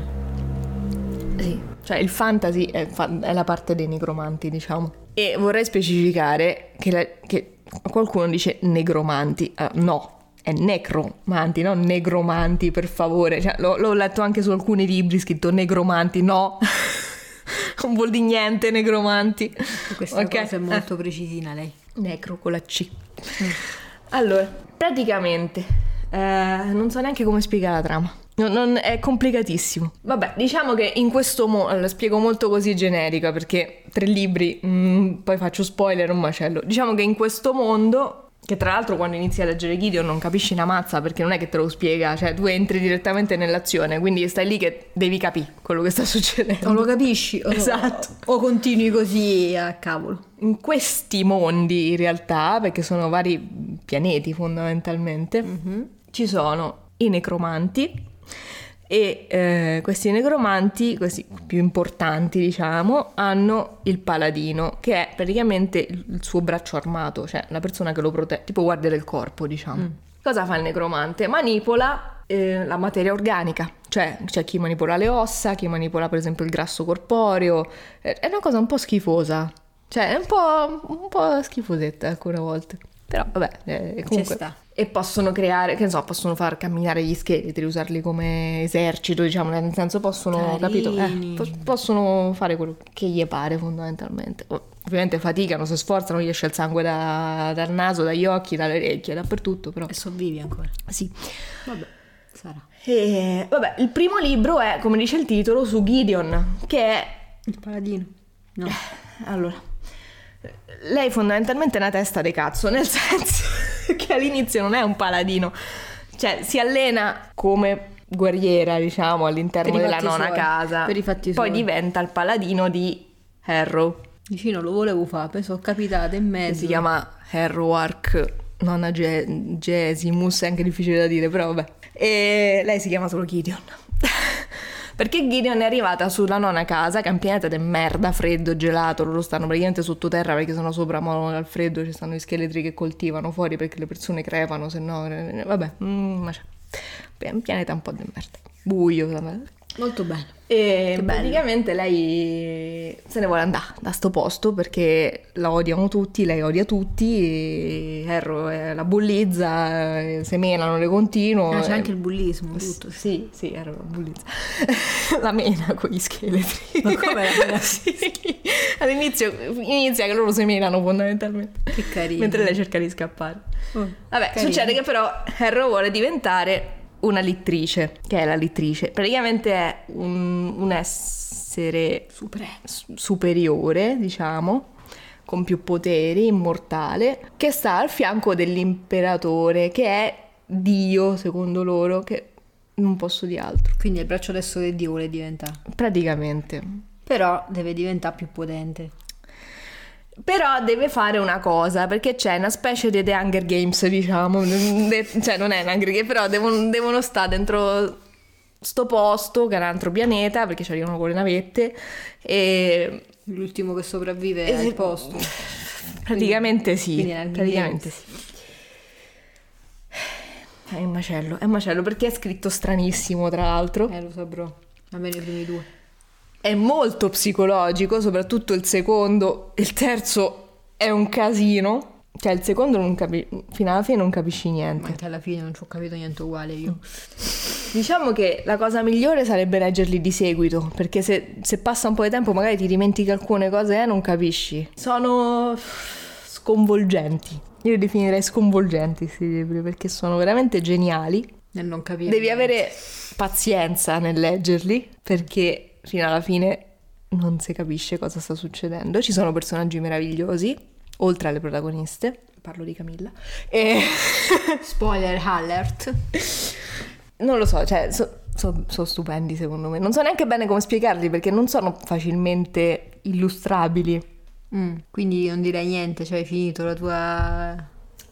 Speaker 3: c'è.
Speaker 4: Sì. Cioè il fantasy è, fa- è la parte dei necromanti, diciamo. E vorrei specificare che, la- che qualcuno dice negromanti. Eh, no, è necromanti, non negromanti, per favore. Cioè, l'ho, l'ho letto anche su alcuni libri scritto negromanti, no. non vuol dire niente negromanti.
Speaker 3: Questa
Speaker 4: Ok?
Speaker 3: cosa è molto precisina lei.
Speaker 4: Eh, necro con la C. Allora, praticamente, eh, non so neanche come spiegare la trama. Non- non- è complicatissimo. Vabbè, diciamo che in questo modo, la spiego molto così generica perché tre libri, mm, poi faccio spoiler, un macello. Diciamo che in questo mondo, che tra l'altro quando inizi a leggere Gideon non capisci una mazza perché non è che te lo spiega, cioè tu entri direttamente nell'azione, quindi stai lì che devi capire quello che sta succedendo.
Speaker 3: O lo capisci? O
Speaker 4: Esatto.
Speaker 3: O continui così a cavolo.
Speaker 4: in questi mondi in realtà, perché sono vari pianeti fondamentalmente,
Speaker 3: Mhm.
Speaker 4: ci sono i necromanti e eh, questi necromanti, questi più importanti diciamo, hanno il paladino, che è praticamente il il suo braccio armato, cioè la persona che lo protegge, tipo guardia del corpo diciamo. Cosa fa il necromante? Manipola eh, la materia organica, cioè c'è chi manipola le ossa, chi manipola per esempio il grasso corporeo, Eh, è una cosa un po' schifosa, cioè è un po', un po' schifosetta alcune volte, però vabbè, eh, comunque...
Speaker 3: sta.
Speaker 4: E possono creare, che ne so, possono far camminare gli scheletri, usarli come esercito, diciamo, nel senso possono, capito? Eh,
Speaker 3: Carini.
Speaker 4: po- possono fare quello che gli pare fondamentalmente. Ov- Ovviamente faticano, si sforzano, gli esce il sangue da- dal naso, dagli occhi, dalle orecchie, dappertutto, però
Speaker 3: E sovvivi ancora.
Speaker 4: sì.
Speaker 3: Vabbè, sarà.
Speaker 4: E, Eh, vabbè, il primo libro è, come dice il titolo, su Gideon, che è
Speaker 3: Il paladino. No.
Speaker 4: Allora, lei fondamentalmente è una testa di cazzo, nel senso che all'inizio non è un paladino, cioè si allena come guerriera, diciamo, all'interno
Speaker 3: Per i
Speaker 4: della
Speaker 3: fatti
Speaker 4: nona
Speaker 3: suoi,
Speaker 4: casa.
Speaker 3: per i fatti
Speaker 4: Poi
Speaker 3: suoi.
Speaker 4: diventa il paladino di Harrow,
Speaker 3: Vicino lo volevo fare, poi sono capitata in
Speaker 4: che
Speaker 3: mezzo.
Speaker 4: si chiama Harrowark nonagesimus, è anche difficile da dire, però vabbè. E lei si chiama solo Gideon. Perché Gideon è arrivata sulla nona casa, che è un pianeta di merda, freddo, gelato, loro stanno praticamente sottoterra perché sono sopra morono dal freddo, ci stanno gli scheletri che coltivano fuori perché le persone crepano, se no... Vabbè, mm, ma c'è. È un pianeta un po' di merda. Buio, vabbè.
Speaker 3: Molto bello.
Speaker 4: E
Speaker 3: Che bello.
Speaker 4: praticamente lei se ne vuole andare da sto posto perché la odiano tutti, lei odia tutti, e Harrow eh, la bullizza, eh, semenano le continuo.
Speaker 3: Ah, c'è
Speaker 4: eh,
Speaker 3: anche il bullismo, tutto.
Speaker 4: Sì, sì, Harrow la bullizza. la mena con gli scheletri.
Speaker 3: Ma come la mena?
Speaker 4: Sì, sì. All'inizio inizia che loro semenano fondamentalmente.
Speaker 3: Che carino.
Speaker 4: Mentre lei cerca di scappare.
Speaker 3: Oh,
Speaker 4: Vabbè,
Speaker 3: carino.
Speaker 4: succede che però Harrow vuole diventare una littrice, che è la littrice. Praticamente è un, un essere
Speaker 3: Supre.
Speaker 4: su- superiore, diciamo, con più poteri, immortale, che sta al fianco dell'imperatore, che è Dio, secondo loro, che non posso di altro.
Speaker 3: Quindi il braccio destro del Dio vuole diventare.
Speaker 4: Praticamente.
Speaker 3: Però deve diventare più potente.
Speaker 4: Però deve fare una cosa, perché c'è una specie di The Hunger Games, diciamo, de- cioè non è un Hunger Games, però devono, devono stare dentro sto posto, che è un altro pianeta, perché ci arrivano con le navette, e
Speaker 3: L'ultimo che sopravvive è
Speaker 4: sì.
Speaker 3: al posto.
Speaker 4: praticamente sì,
Speaker 3: quindi è Hunger
Speaker 4: praticamente
Speaker 3: Games.
Speaker 4: sì. È un macello, è un macello, perché è scritto stranissimo, tra l'altro.
Speaker 3: Eh, lo saprò. Almeno i primi due.
Speaker 4: È molto psicologico, soprattutto il secondo. Il terzo è un casino. Cioè, il secondo non capi- fino alla fine non capisci
Speaker 3: Ma
Speaker 4: niente.
Speaker 3: anche alla fine non ci ho capito niente uguale io.
Speaker 4: Diciamo che la cosa migliore sarebbe leggerli di seguito, perché se, se passa un po' di tempo magari ti dimentichi alcune cose e non capisci. Sono sconvolgenti. Io li definirei sconvolgenti questi libri, perché sono veramente geniali.
Speaker 3: Nel non capire.
Speaker 4: Devi avere pazienza nel leggerli perché fino alla fine non si capisce cosa sta succedendo. Ci sono personaggi meravigliosi, oltre alle protagoniste. Parlo di Camilla. E
Speaker 3: Spoiler alert.
Speaker 4: non lo so, cioè, sono stupendi secondo me. Non so neanche bene come spiegarli perché non sono facilmente illustrabili.
Speaker 3: Mm, quindi non direi niente, cioè hai finito la tua...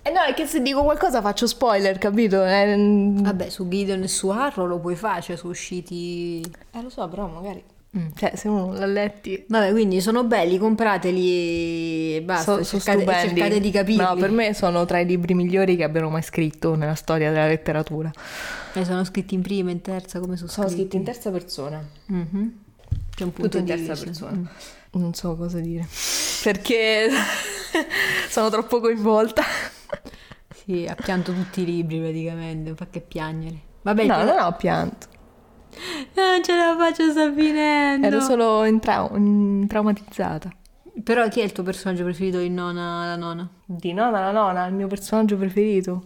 Speaker 4: E Eh no, è che se dico qualcosa faccio spoiler, capito? Eh,
Speaker 3: Vabbè, su Gideon e su Arrow lo puoi fare, cioè sono usciti...
Speaker 4: Eh, lo so, però magari. Cioè, se uno l'ha letti.
Speaker 3: Vabbè, quindi sono belli, comprateli e basta,
Speaker 4: So- so
Speaker 3: cercate,
Speaker 4: stupendi.
Speaker 3: cercate di capirli.
Speaker 4: No, per me sono tra i libri migliori che abbiano mai scritto nella storia della letteratura.
Speaker 3: Eh, sono scritti in prima, in terza, come sono,
Speaker 4: Sono
Speaker 3: scritti?
Speaker 4: scritti in terza persona.
Speaker 3: Mhm. C'è un punto
Speaker 4: Tutto in
Speaker 3: di
Speaker 4: terza
Speaker 3: vista.
Speaker 4: persona. Mm. Non so cosa dire. Perché sono troppo coinvolta.
Speaker 3: Sì, ha pianto tutti i libri praticamente, non fa che piangere. Vabbè,
Speaker 4: No,
Speaker 3: però-
Speaker 4: non ho pianto.
Speaker 3: non ce la faccio, sta finendo.
Speaker 4: Ero solo in trau- in- traumatizzata.
Speaker 3: Però chi è il tuo personaggio preferito in nona, la nona?
Speaker 4: Di nonna la nonna, il mio personaggio preferito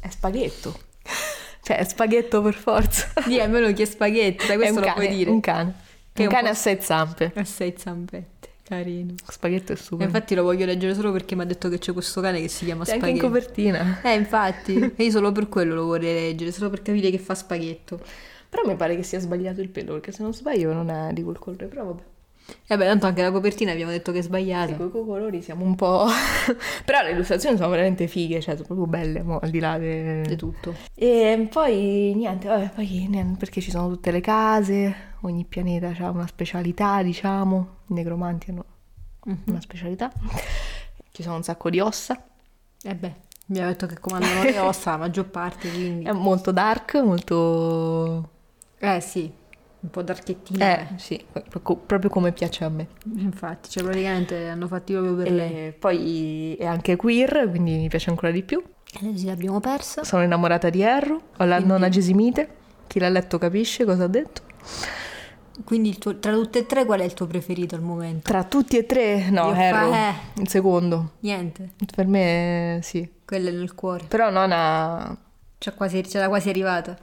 Speaker 4: è Spaghetto. cioè, è Spaghetto per forza.
Speaker 3: Dì, almeno chi è spaghetti, sai,
Speaker 4: È un
Speaker 3: questo lo
Speaker 4: cane,
Speaker 3: puoi dire.
Speaker 4: un cane.
Speaker 3: Che è
Speaker 4: un
Speaker 3: un
Speaker 4: cane
Speaker 3: po'
Speaker 4: a sei zampe.
Speaker 3: A sei zampette, carino.
Speaker 4: Spaghetto è
Speaker 3: E
Speaker 4: super.
Speaker 3: infatti lo voglio leggere solo perché mi ha detto che c'è questo cane che si chiama
Speaker 4: C'è anche in
Speaker 3: Spaghetto.
Speaker 4: copertina.
Speaker 3: Eh, infatti, e io solo per quello lo vorrei leggere, solo per capire che fa spaghetto.
Speaker 4: Però mi pare che sia sbagliato il pelo, perché se non sbaglio non è di quel colore, però vabbè.
Speaker 3: E Eh beh, tanto anche la copertina abbiamo detto che è sbagliata.
Speaker 4: Con quei colori siamo un po'... però le illustrazioni sono veramente fighe, cioè sono proprio belle, mo, al di là
Speaker 3: È
Speaker 4: de...
Speaker 3: tutto.
Speaker 4: E poi niente, vabbè, poi niente, perché ci sono tutte le case, ogni pianeta ha una specialità, diciamo, i negromanti hanno
Speaker 3: Mhm.
Speaker 4: una specialità. Ci sono un sacco di ossa,
Speaker 3: E Eh beh, mi ha detto che comandano le ossa la maggior parte, quindi...
Speaker 4: è molto dark, molto...
Speaker 3: Eh sì, un po' d'archettino.
Speaker 4: Eh, sì, pro- proprio come piace a me.
Speaker 3: Infatti, cioè praticamente hanno fatti proprio per lei.
Speaker 4: E poi è anche queer, quindi mi piace ancora di più.
Speaker 3: Eh sì, l'abbiamo persa.
Speaker 4: Sono innamorata di Erro, ho la nonna Gesimite, chi l'ha letto capisce cosa ha detto.
Speaker 3: Quindi il tuo- tra tutte e tre qual è il tuo preferito al momento?
Speaker 4: Tra tutti e tre, no,
Speaker 3: Io
Speaker 4: Erro,
Speaker 3: fa- eh.
Speaker 4: il secondo.
Speaker 3: Niente,
Speaker 4: Per me sì,
Speaker 3: quello è nel cuore.
Speaker 4: però nonna,
Speaker 3: C'è quasi, c'era quasi arrivata.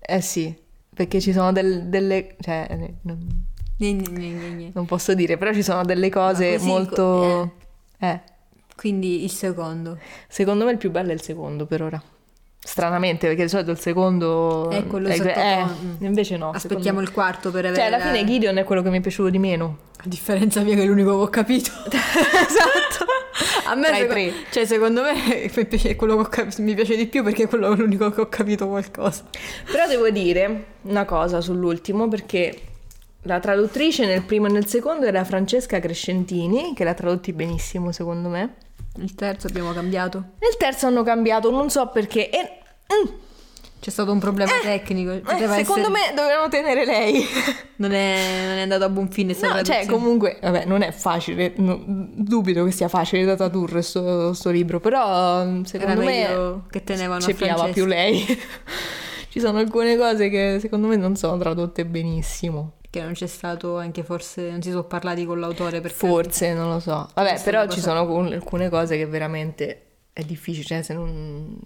Speaker 4: eh sì, perché ci sono del- delle... cioè eh, non,
Speaker 3: Gni, gni, gni, gni, gni.
Speaker 4: non posso dire, però ci sono delle cose
Speaker 3: Ma così,
Speaker 4: molto... eh,
Speaker 3: Quindi il secondo
Speaker 4: secondo me il più bello è il secondo per ora. Stranamente, perché di solito il secondo...
Speaker 3: è Ecco, quello
Speaker 4: eh,
Speaker 3: sotto.
Speaker 4: eh,
Speaker 3: mm.
Speaker 4: invece no. secondo
Speaker 3: Aspettiamo il quarto per avere.
Speaker 4: Cioè, alla
Speaker 3: la-
Speaker 4: fine Gideon è quello che mi è piaciuto di meno.
Speaker 3: A differenza mia, che è l'unico che ho capito.
Speaker 4: esatto.
Speaker 3: A me
Speaker 4: Tra i
Speaker 3: seco-
Speaker 4: tre.
Speaker 3: Cioè, secondo me mi piace, quello che ho cap- mi piace di più perché è quello l'unico che ho capito qualcosa.
Speaker 4: Però devo dire una cosa sull'ultimo, perché la traduttrice nel primo e nel secondo era Francesca Crescentini, che l'ha tradotti benissimo, secondo me.
Speaker 3: Il terzo abbiamo cambiato.
Speaker 4: Nel terzo hanno cambiato, non so perché. E... mm,
Speaker 3: C'è stato un problema tecnico.
Speaker 4: eh,
Speaker 3: poteva
Speaker 4: secondo
Speaker 3: essere-
Speaker 4: me dovevano tenere lei.
Speaker 3: Non è, non è andato a buon fine.
Speaker 4: No, cioè, comunque, vabbè, non è facile. no, dubito che sia facile da tradurre sto, sto libro, però mm,
Speaker 3: Era
Speaker 4: secondo me.
Speaker 3: meglio che tenevano
Speaker 4: ci
Speaker 3: a
Speaker 4: piava
Speaker 3: Francesca.
Speaker 4: più lei. Ci sono alcune cose che secondo me non sono tradotte benissimo.
Speaker 3: Che non c'è stato anche forse, non si sono parlati con l'autore perché
Speaker 4: Forse, non lo so. Vabbè,
Speaker 3: Questa è
Speaker 4: però
Speaker 3: una
Speaker 4: ci
Speaker 3: cosa-
Speaker 4: sono alcun- alcune cose che veramente è difficile, cioè se non,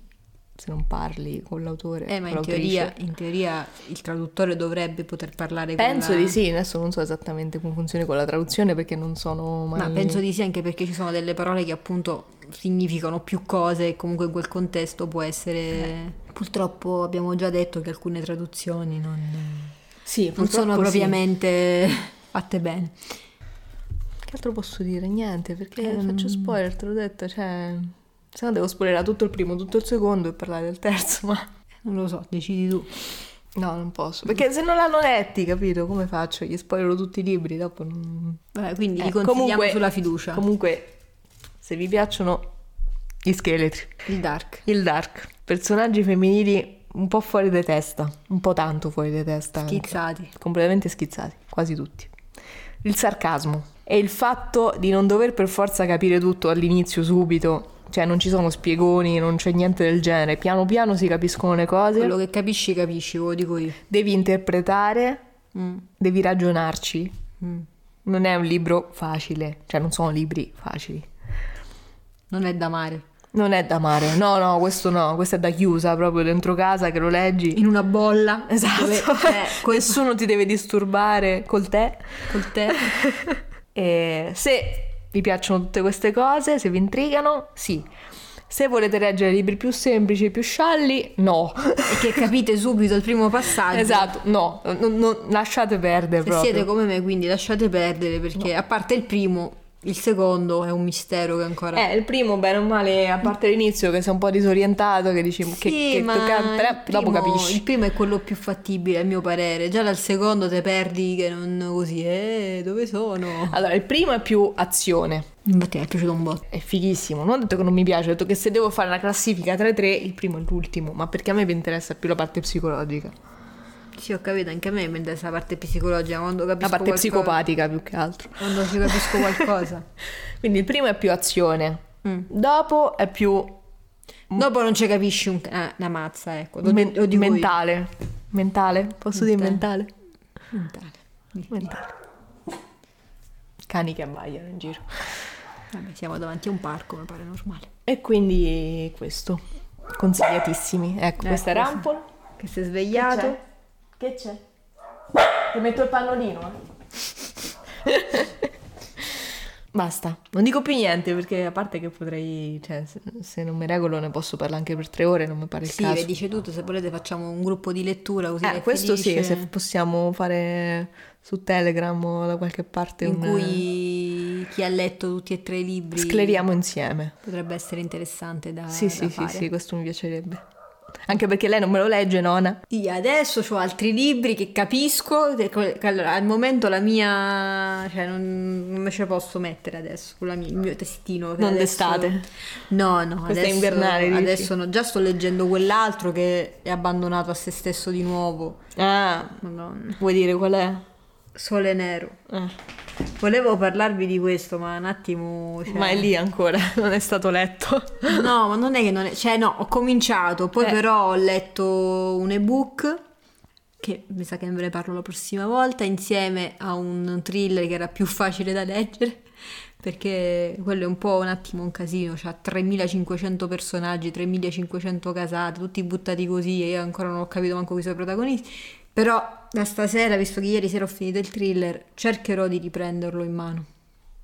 Speaker 4: se non parli con l'autore.
Speaker 3: Eh, ma
Speaker 4: con
Speaker 3: in
Speaker 4: l'autrice.
Speaker 3: teoria, in teoria il traduttore dovrebbe poter parlare con
Speaker 4: Penso
Speaker 3: la-
Speaker 4: di sì, adesso non so esattamente come funzioni con la traduzione perché non sono mai...
Speaker 3: Ma penso di sì anche perché ci sono delle parole che appunto significano più cose e comunque in quel contesto può essere... Eh, Purtroppo abbiamo già detto che alcune traduzioni non, non
Speaker 4: Sì,
Speaker 3: sono
Speaker 4: purtroppo sì.
Speaker 3: propriamente fatte bene.
Speaker 4: Che altro posso dire? Niente, perché
Speaker 3: Ehm.
Speaker 4: faccio spoiler, te l'ho detto, cioè... Se no devo spoilerare tutto il primo, tutto il secondo e parlare del terzo, ma...
Speaker 3: Non lo so, decidi tu.
Speaker 4: No, non posso. Perché se non l'hanno letti, capito? Come faccio? Gli spoilerò tutti i libri, dopo non...
Speaker 3: Vabbè, quindi
Speaker 4: Eh,
Speaker 3: li consigliamo
Speaker 4: comunque-
Speaker 3: sulla fiducia.
Speaker 4: Comunque, se vi piacciono gli scheletri,
Speaker 3: il dark.
Speaker 4: il dark, personaggi femminili un po' fuori di testa, un po' tanto fuori di testa. anche.
Speaker 3: Schizzati.
Speaker 4: Completamente schizzati, quasi tutti. Il sarcasmo e il fatto di non dover per forza capire tutto all'inizio subito, cioè non ci sono spiegoni, non c'è niente del genere, piano piano si capiscono le cose,
Speaker 3: Quello che capisci, capisci, ve lo dico io. Mm,
Speaker 4: devi interpretare, devi ragionarci. Non è un libro facile, cioè non sono libri facili.
Speaker 3: Non è da mare.
Speaker 4: Non è da mare, no, no, questo no, questo è da chiusa proprio dentro casa che lo leggi.
Speaker 3: In una bolla.
Speaker 4: Esatto,
Speaker 3: Dove, cioè, col,
Speaker 4: nessuno ti deve disturbare col tè.
Speaker 3: col tè.
Speaker 4: E se vi piacciono tutte queste cose, se vi intrigano, sì. Se volete leggere libri più semplici e più scialli, no.
Speaker 3: e che capite subito il primo passaggio.
Speaker 4: esatto, no, non- non- lasciate perdere
Speaker 3: Se
Speaker 4: proprio.
Speaker 3: siete come me, quindi lasciate perdere perché a parte il primo, il secondo è un mistero che ancora
Speaker 4: Eh, il primo, bene o male, a parte l'inizio che sei un po' disorientato, che dici che,
Speaker 3: Sì,
Speaker 4: che
Speaker 3: ma
Speaker 4: tocca- però
Speaker 3: il primo-
Speaker 4: dopo capisci.
Speaker 3: Il primo è quello più fattibile, a mio parere. Già dal secondo te perdi che non così, eh, dove sono?
Speaker 4: Allora, il primo è più azione,
Speaker 3: Infatti mi è piaciuto un botto.
Speaker 4: è fighissimo. Non ho detto che non mi piace, ho detto che se devo fare una classifica tra i tre, il primo è l'ultimo, ma perché a me mi interessa più la parte psicologica.
Speaker 3: Sì, ho capito, anche a me mi interessa la parte psicologica, quando capisco
Speaker 4: La parte
Speaker 3: qualcosa-
Speaker 4: psicopatica più che altro.
Speaker 3: Quando ci capisco qualcosa.
Speaker 4: Quindi il primo è più azione, dopo è più
Speaker 3: Dopo non ci capisci un... eh, una mazza, ecco. Lo,
Speaker 4: men-
Speaker 3: lo dico io.
Speaker 4: mentale. Mentale? Posso dire mentale?
Speaker 3: Mentale.
Speaker 4: Mentale. Cani che abbaiano in giro.
Speaker 3: Vabbè, siamo davanti a un parco, mi pare normale.
Speaker 4: E quindi questo. Consigliatissimi. Ecco, questa è
Speaker 3: questo.
Speaker 4: Rampol.
Speaker 3: Che si è svegliato.
Speaker 4: Ah, Che c'è? Ti metto il pannolino. Basta, non dico più niente perché a parte che potrei, cioè, se, se non mi regolo ne posso parlare anche per tre ore, non mi pare il
Speaker 3: Sì,
Speaker 4: caso.
Speaker 3: vedi, dice tutto, se volete facciamo un gruppo di lettura così.
Speaker 4: Eh,
Speaker 3: che
Speaker 4: questo sì,
Speaker 3: finisce,
Speaker 4: se possiamo fare su Telegram o da qualche parte
Speaker 3: In
Speaker 4: un...
Speaker 3: cui chi ha letto tutti e tre i libri...
Speaker 4: Scleriamo insieme.
Speaker 3: Potrebbe essere interessante da,
Speaker 4: Sì,
Speaker 3: da
Speaker 4: sì, sì,
Speaker 3: fare.
Speaker 4: sì, questo mi piacerebbe. Anche perché lei non me lo legge, nonna.
Speaker 3: Io adesso ho altri libri che capisco, che- che allora, al momento la mia... cioè non, non me ce la posso mettere adesso, con la mia- il mio testino. che
Speaker 4: Non
Speaker 3: adesso-
Speaker 4: d'estate.
Speaker 3: No, no,
Speaker 4: Questa è
Speaker 3: adesso,
Speaker 4: invernale, dici?
Speaker 3: adesso no, già sto leggendo quell'altro che è abbandonato a se stesso di nuovo.
Speaker 4: Ah,
Speaker 3: Madonna.
Speaker 4: vuoi dire qual è?
Speaker 3: Sole Nero.
Speaker 4: Eh,
Speaker 3: Volevo parlarvi di questo, ma un attimo... cioè-
Speaker 4: Ma è lì ancora, non è stato letto.
Speaker 3: No, ma non è che non è... Cioè, no, ho cominciato, poi
Speaker 4: Eh.
Speaker 3: però ho letto un ebook che mi sa che ve ne parlo la prossima volta, insieme a un thriller che era più facile da leggere, perché quello è un po' un attimo un casino, c'ha 3500 personaggi, 3500 casate, tutti buttati così e io ancora non ho capito manco chi sono i protagonisti. Però da stasera, visto che ieri sera ho finito il thriller, cercherò di riprenderlo in mano.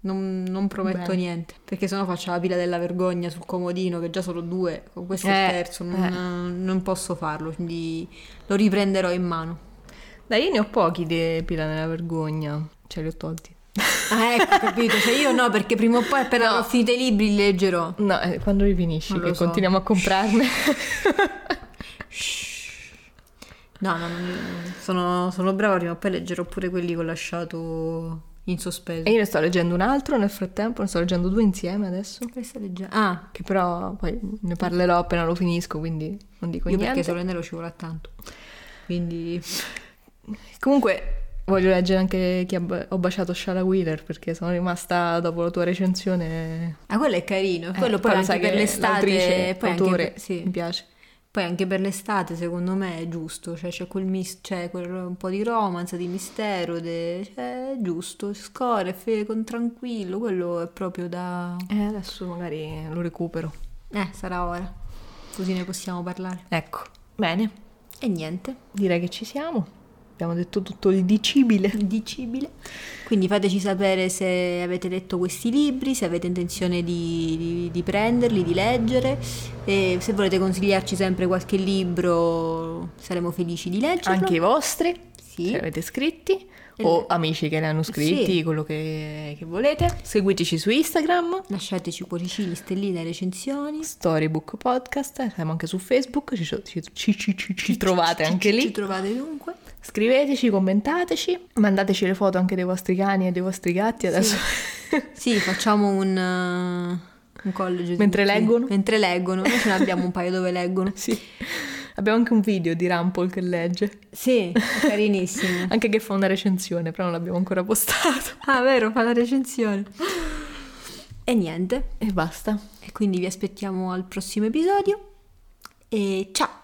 Speaker 3: Non, non prometto
Speaker 4: Bene.
Speaker 3: niente, perché sennò faccio la pila della vergogna sul comodino, che già sono due, con questo è il
Speaker 4: Eh,
Speaker 3: terzo, non, non posso farlo, quindi lo riprenderò in mano.
Speaker 4: Dai, io ne ho pochi di Pila nella vergogna. Ce li ho tolti.
Speaker 3: Ah, ecco, capito, cioè io no, perché prima o poi appena ho finito i libri li leggerò.
Speaker 4: No, eh, quando li finisci,
Speaker 3: Non lo
Speaker 4: che
Speaker 3: so.
Speaker 4: continuiamo a comprarne.
Speaker 3: No, no, non- sono, sono brava, prima o poi leggerò pure quelli che ho lasciato in sospeso.
Speaker 4: e io ne sto leggendo un altro nel frattempo, ne sto leggendo due insieme adesso.
Speaker 3: Che stai leggendo? Ah,
Speaker 4: Che però poi ne parlerò appena lo finisco, quindi non dico
Speaker 3: io
Speaker 4: niente.
Speaker 3: perché solo nero ci vuole tanto. Quindi...
Speaker 4: Comunque voglio leggere anche chi ha ba- ho baciato Shara Wheeler perché sono rimasta dopo la tua recensione.
Speaker 3: Ah, quello è carino, quello
Speaker 4: Eh,
Speaker 3: poi
Speaker 4: lo
Speaker 3: anche
Speaker 4: sai
Speaker 3: per
Speaker 4: che
Speaker 3: l'estate,
Speaker 4: l'autrice,
Speaker 3: poi anche,
Speaker 4: l'autore,
Speaker 3: per- sì.
Speaker 4: mi piace.
Speaker 3: poi anche per l'estate secondo me è giusto, cioè c'è quel, mis- c'è quel un po' di romance, di mistero, de- cioè è giusto, score, fe- con tranquillo, quello è proprio da...
Speaker 4: Eh, adesso magari lo recupero.
Speaker 3: Eh, sarà ora, così ne possiamo parlare.
Speaker 4: Ecco, bene,
Speaker 3: E niente,
Speaker 4: direi che ci siamo. Abbiamo detto tutto il dicibile.
Speaker 3: indicibile. Quindi fateci sapere se avete letto questi libri, se avete intenzione di, di- di prenderli, di leggere e se volete consigliarci sempre qualche libro saremo felici di leggerlo.
Speaker 4: Anche i vostri.
Speaker 3: Sì. Sì.
Speaker 4: se avete scritti o amici che ne hanno scritti, quello che, che volete. Seguiteci su Instagram,
Speaker 3: Lasciateci cuoricini, stelline, recensioni.
Speaker 4: Storybook Podcast, siamo anche su Facebook, ci, ci- ci- ci- ci- ci trovate anche
Speaker 3: Ci
Speaker 4: lì.
Speaker 3: trovate dunque.
Speaker 4: Scriveteci, commentateci, mandateci le foto anche dei vostri cani e dei vostri gatti adesso.
Speaker 3: Sì, facciamo un, uh, un college.
Speaker 4: Mentre leggono?
Speaker 3: Mentre leggono. Noi ce ne abbiamo un paio dove leggono.
Speaker 4: Sì. Abbiamo anche un video di Rampol che legge,
Speaker 3: Sì, è carinissimo.
Speaker 4: anche che fa una recensione, però non l'abbiamo ancora postato.
Speaker 3: Ah, vero, fa la recensione. E niente.
Speaker 4: E basta.
Speaker 3: E quindi vi aspettiamo al prossimo episodio. E ciao!